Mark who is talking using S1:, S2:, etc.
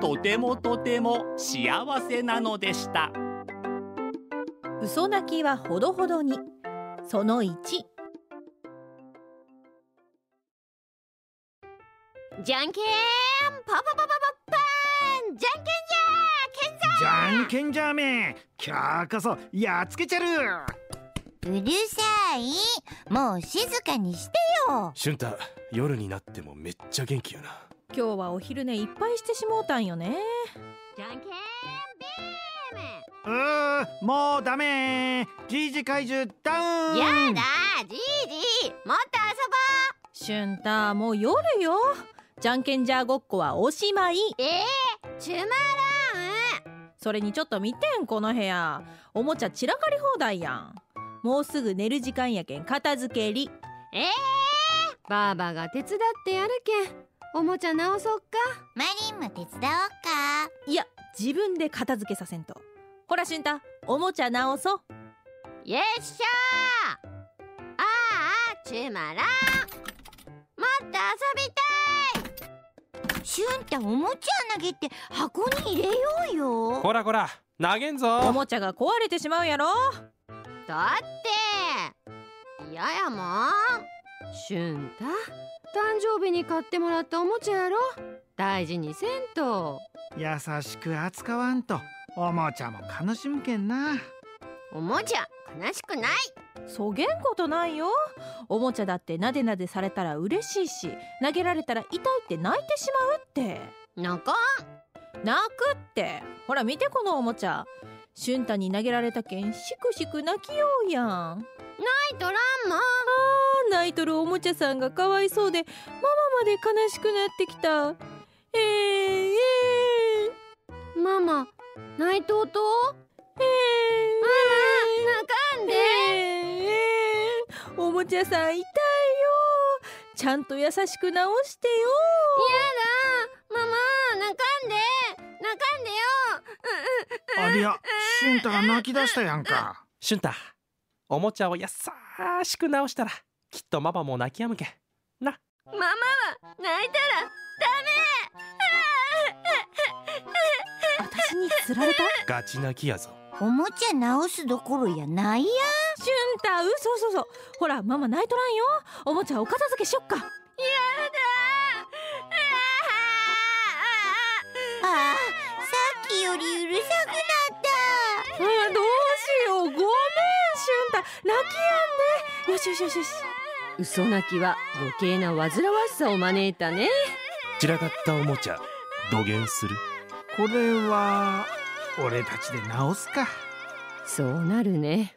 S1: とてもとても幸せなのでした
S2: 嘘泣きはほどほどにその1
S3: じゃんけんパパパパパッパンじゃんけんじゃけん
S4: じゃんけんじゃめ今日こそやっつけちゃる
S5: うるさいもう静かにしてよ
S6: 俊太夜になってもめっちゃ元気やな
S2: 今日はお昼寝いっぱいしてしもうたんよね
S3: じゃんけんビ
S4: うーもうダメじいじ怪獣ダウン
S3: ームやだじいじもっと
S2: しゅんたもう夜よじゃんけんじゃごっこはおしまい
S3: 遊ぼうえー、チュマラ
S2: それにちょっと見てんこの部屋おもちゃ散らかり放題やんもうすぐ寝る時間やけん片付けり
S3: ンえー、ばあばが手伝ってやるけんおもちゃ直そっか
S5: マリンも手伝おうか
S2: いや自分で片付けさせんとほらしゅんたおもちゃ直そう
S3: よっしゃーあーあチュマランもっと遊びた
S5: しゅんたおもちゃ投げて箱に入れようよ
S7: こらこら投げん
S2: お
S7: ぞ
S2: もちゃが壊れてしまうやろ
S3: いだって嫌やもんしゅんた誕生日に買ってもらったおもちゃやろ大事にせんと
S4: 優しく扱わんとおもちゃも悲しむけんな
S3: おもちゃ悲しくない
S2: そげんことないよおもちゃだってなでなでされたら嬉しいし投げられたら痛いって泣いてしまうって
S3: 泣かん
S2: 泣くってほら見てこのおもちゃしゅんたに投げられたけんしくしく泣きようやんあ
S3: いとらんもん
S2: ー泣いとるおもちゃさんがかわいそうでママまで悲しくなってきたえー、えー
S3: ママ泣いとうと
S2: えー
S3: 泣かんで
S2: えーおもちゃさん痛いよちゃんと優しく直してよ
S3: ママ泣かんで泣かん
S4: あ
S3: でよ
S4: りゃしゅんたが泣き出したやんか
S7: 俊太おもちゃをやさしく直したらきっとママも泣きやむけん
S3: ママは泣いたら
S2: 私につられた
S7: ガチ泣きやぞ
S5: おもちゃ直すどころやないや
S2: しゅんたうそうそうそうほらママ泣いとらんよおもちゃお片付けしよっか
S5: ああさっきよりうるさくなった
S2: あーどうしようごめんしゅんた泣きやんでよしよしよしよし
S3: 嘘泣きは余計な煩わしさを招いたね
S6: 散らかったおもちゃ土下する
S4: これは俺たちで直すか
S3: そうなるね